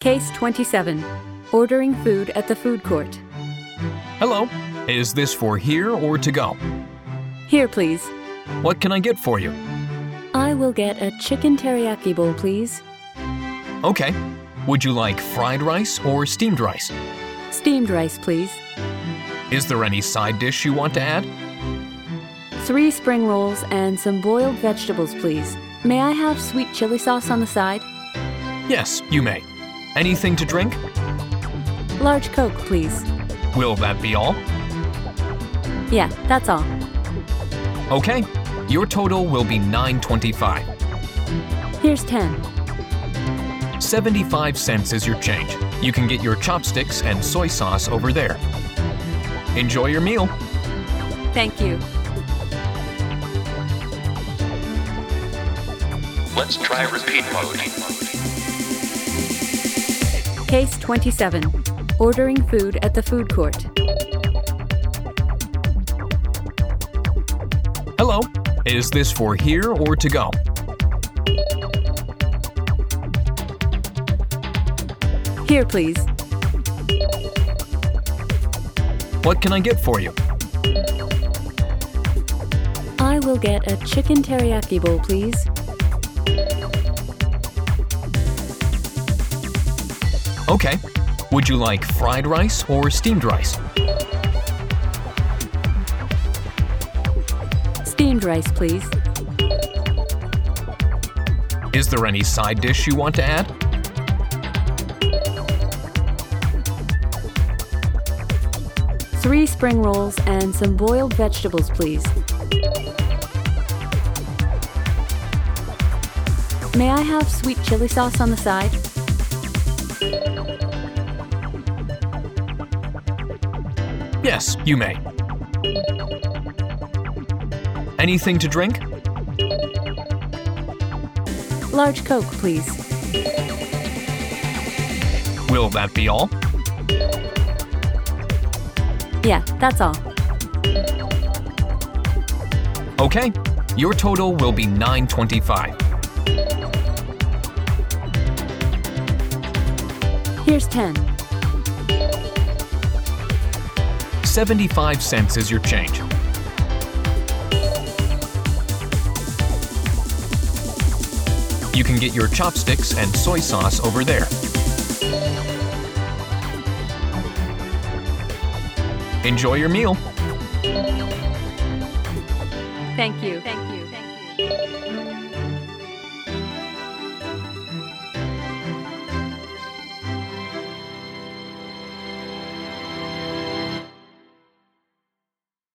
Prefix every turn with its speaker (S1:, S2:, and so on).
S1: Case 27 Ordering Food at the Food Court.
S2: Hello. Is this for here or to go?
S1: Here, please.
S2: What can I get for you?
S1: I will get a chicken teriyaki bowl, please.
S2: Okay. Would you like fried rice or steamed rice?
S1: Steamed rice, please.
S2: Is there any side dish you want to add?
S1: Three spring rolls and some boiled vegetables, please. May I have sweet chili sauce on the side?
S2: Yes, you may. Anything to drink?
S1: Large Coke, please.
S2: Will that be all?
S1: Yeah, that's all.
S2: Okay. Your total will be 925.
S1: Here's 10.
S2: 75 cents is your change. You can get your chopsticks and soy sauce over there. Enjoy your meal.
S1: Thank you.
S3: Let's try repeat mode.
S1: Case 27 Ordering Food at the Food Court.
S2: Hello. Is this for here or to go?
S1: Here, please.
S2: What can I get for you?
S1: I will get a chicken teriyaki bowl, please.
S2: Okay. Would you like fried rice or steamed rice?
S1: Steamed rice, please.
S2: Is there any side dish you want to add?
S1: Three spring rolls and some boiled vegetables, please. May I have sweet chili sauce on the side?
S2: Yes, you may. Anything to drink?
S1: Large Coke, please.
S2: Will that be all?
S1: Yeah, that's all.
S2: Okay. Your total will be 925.
S1: Here's 10.
S2: 75 cents is your change. You can get your chopsticks and soy sauce over there. Enjoy your meal.
S1: Thank you. Thank you. Thank you.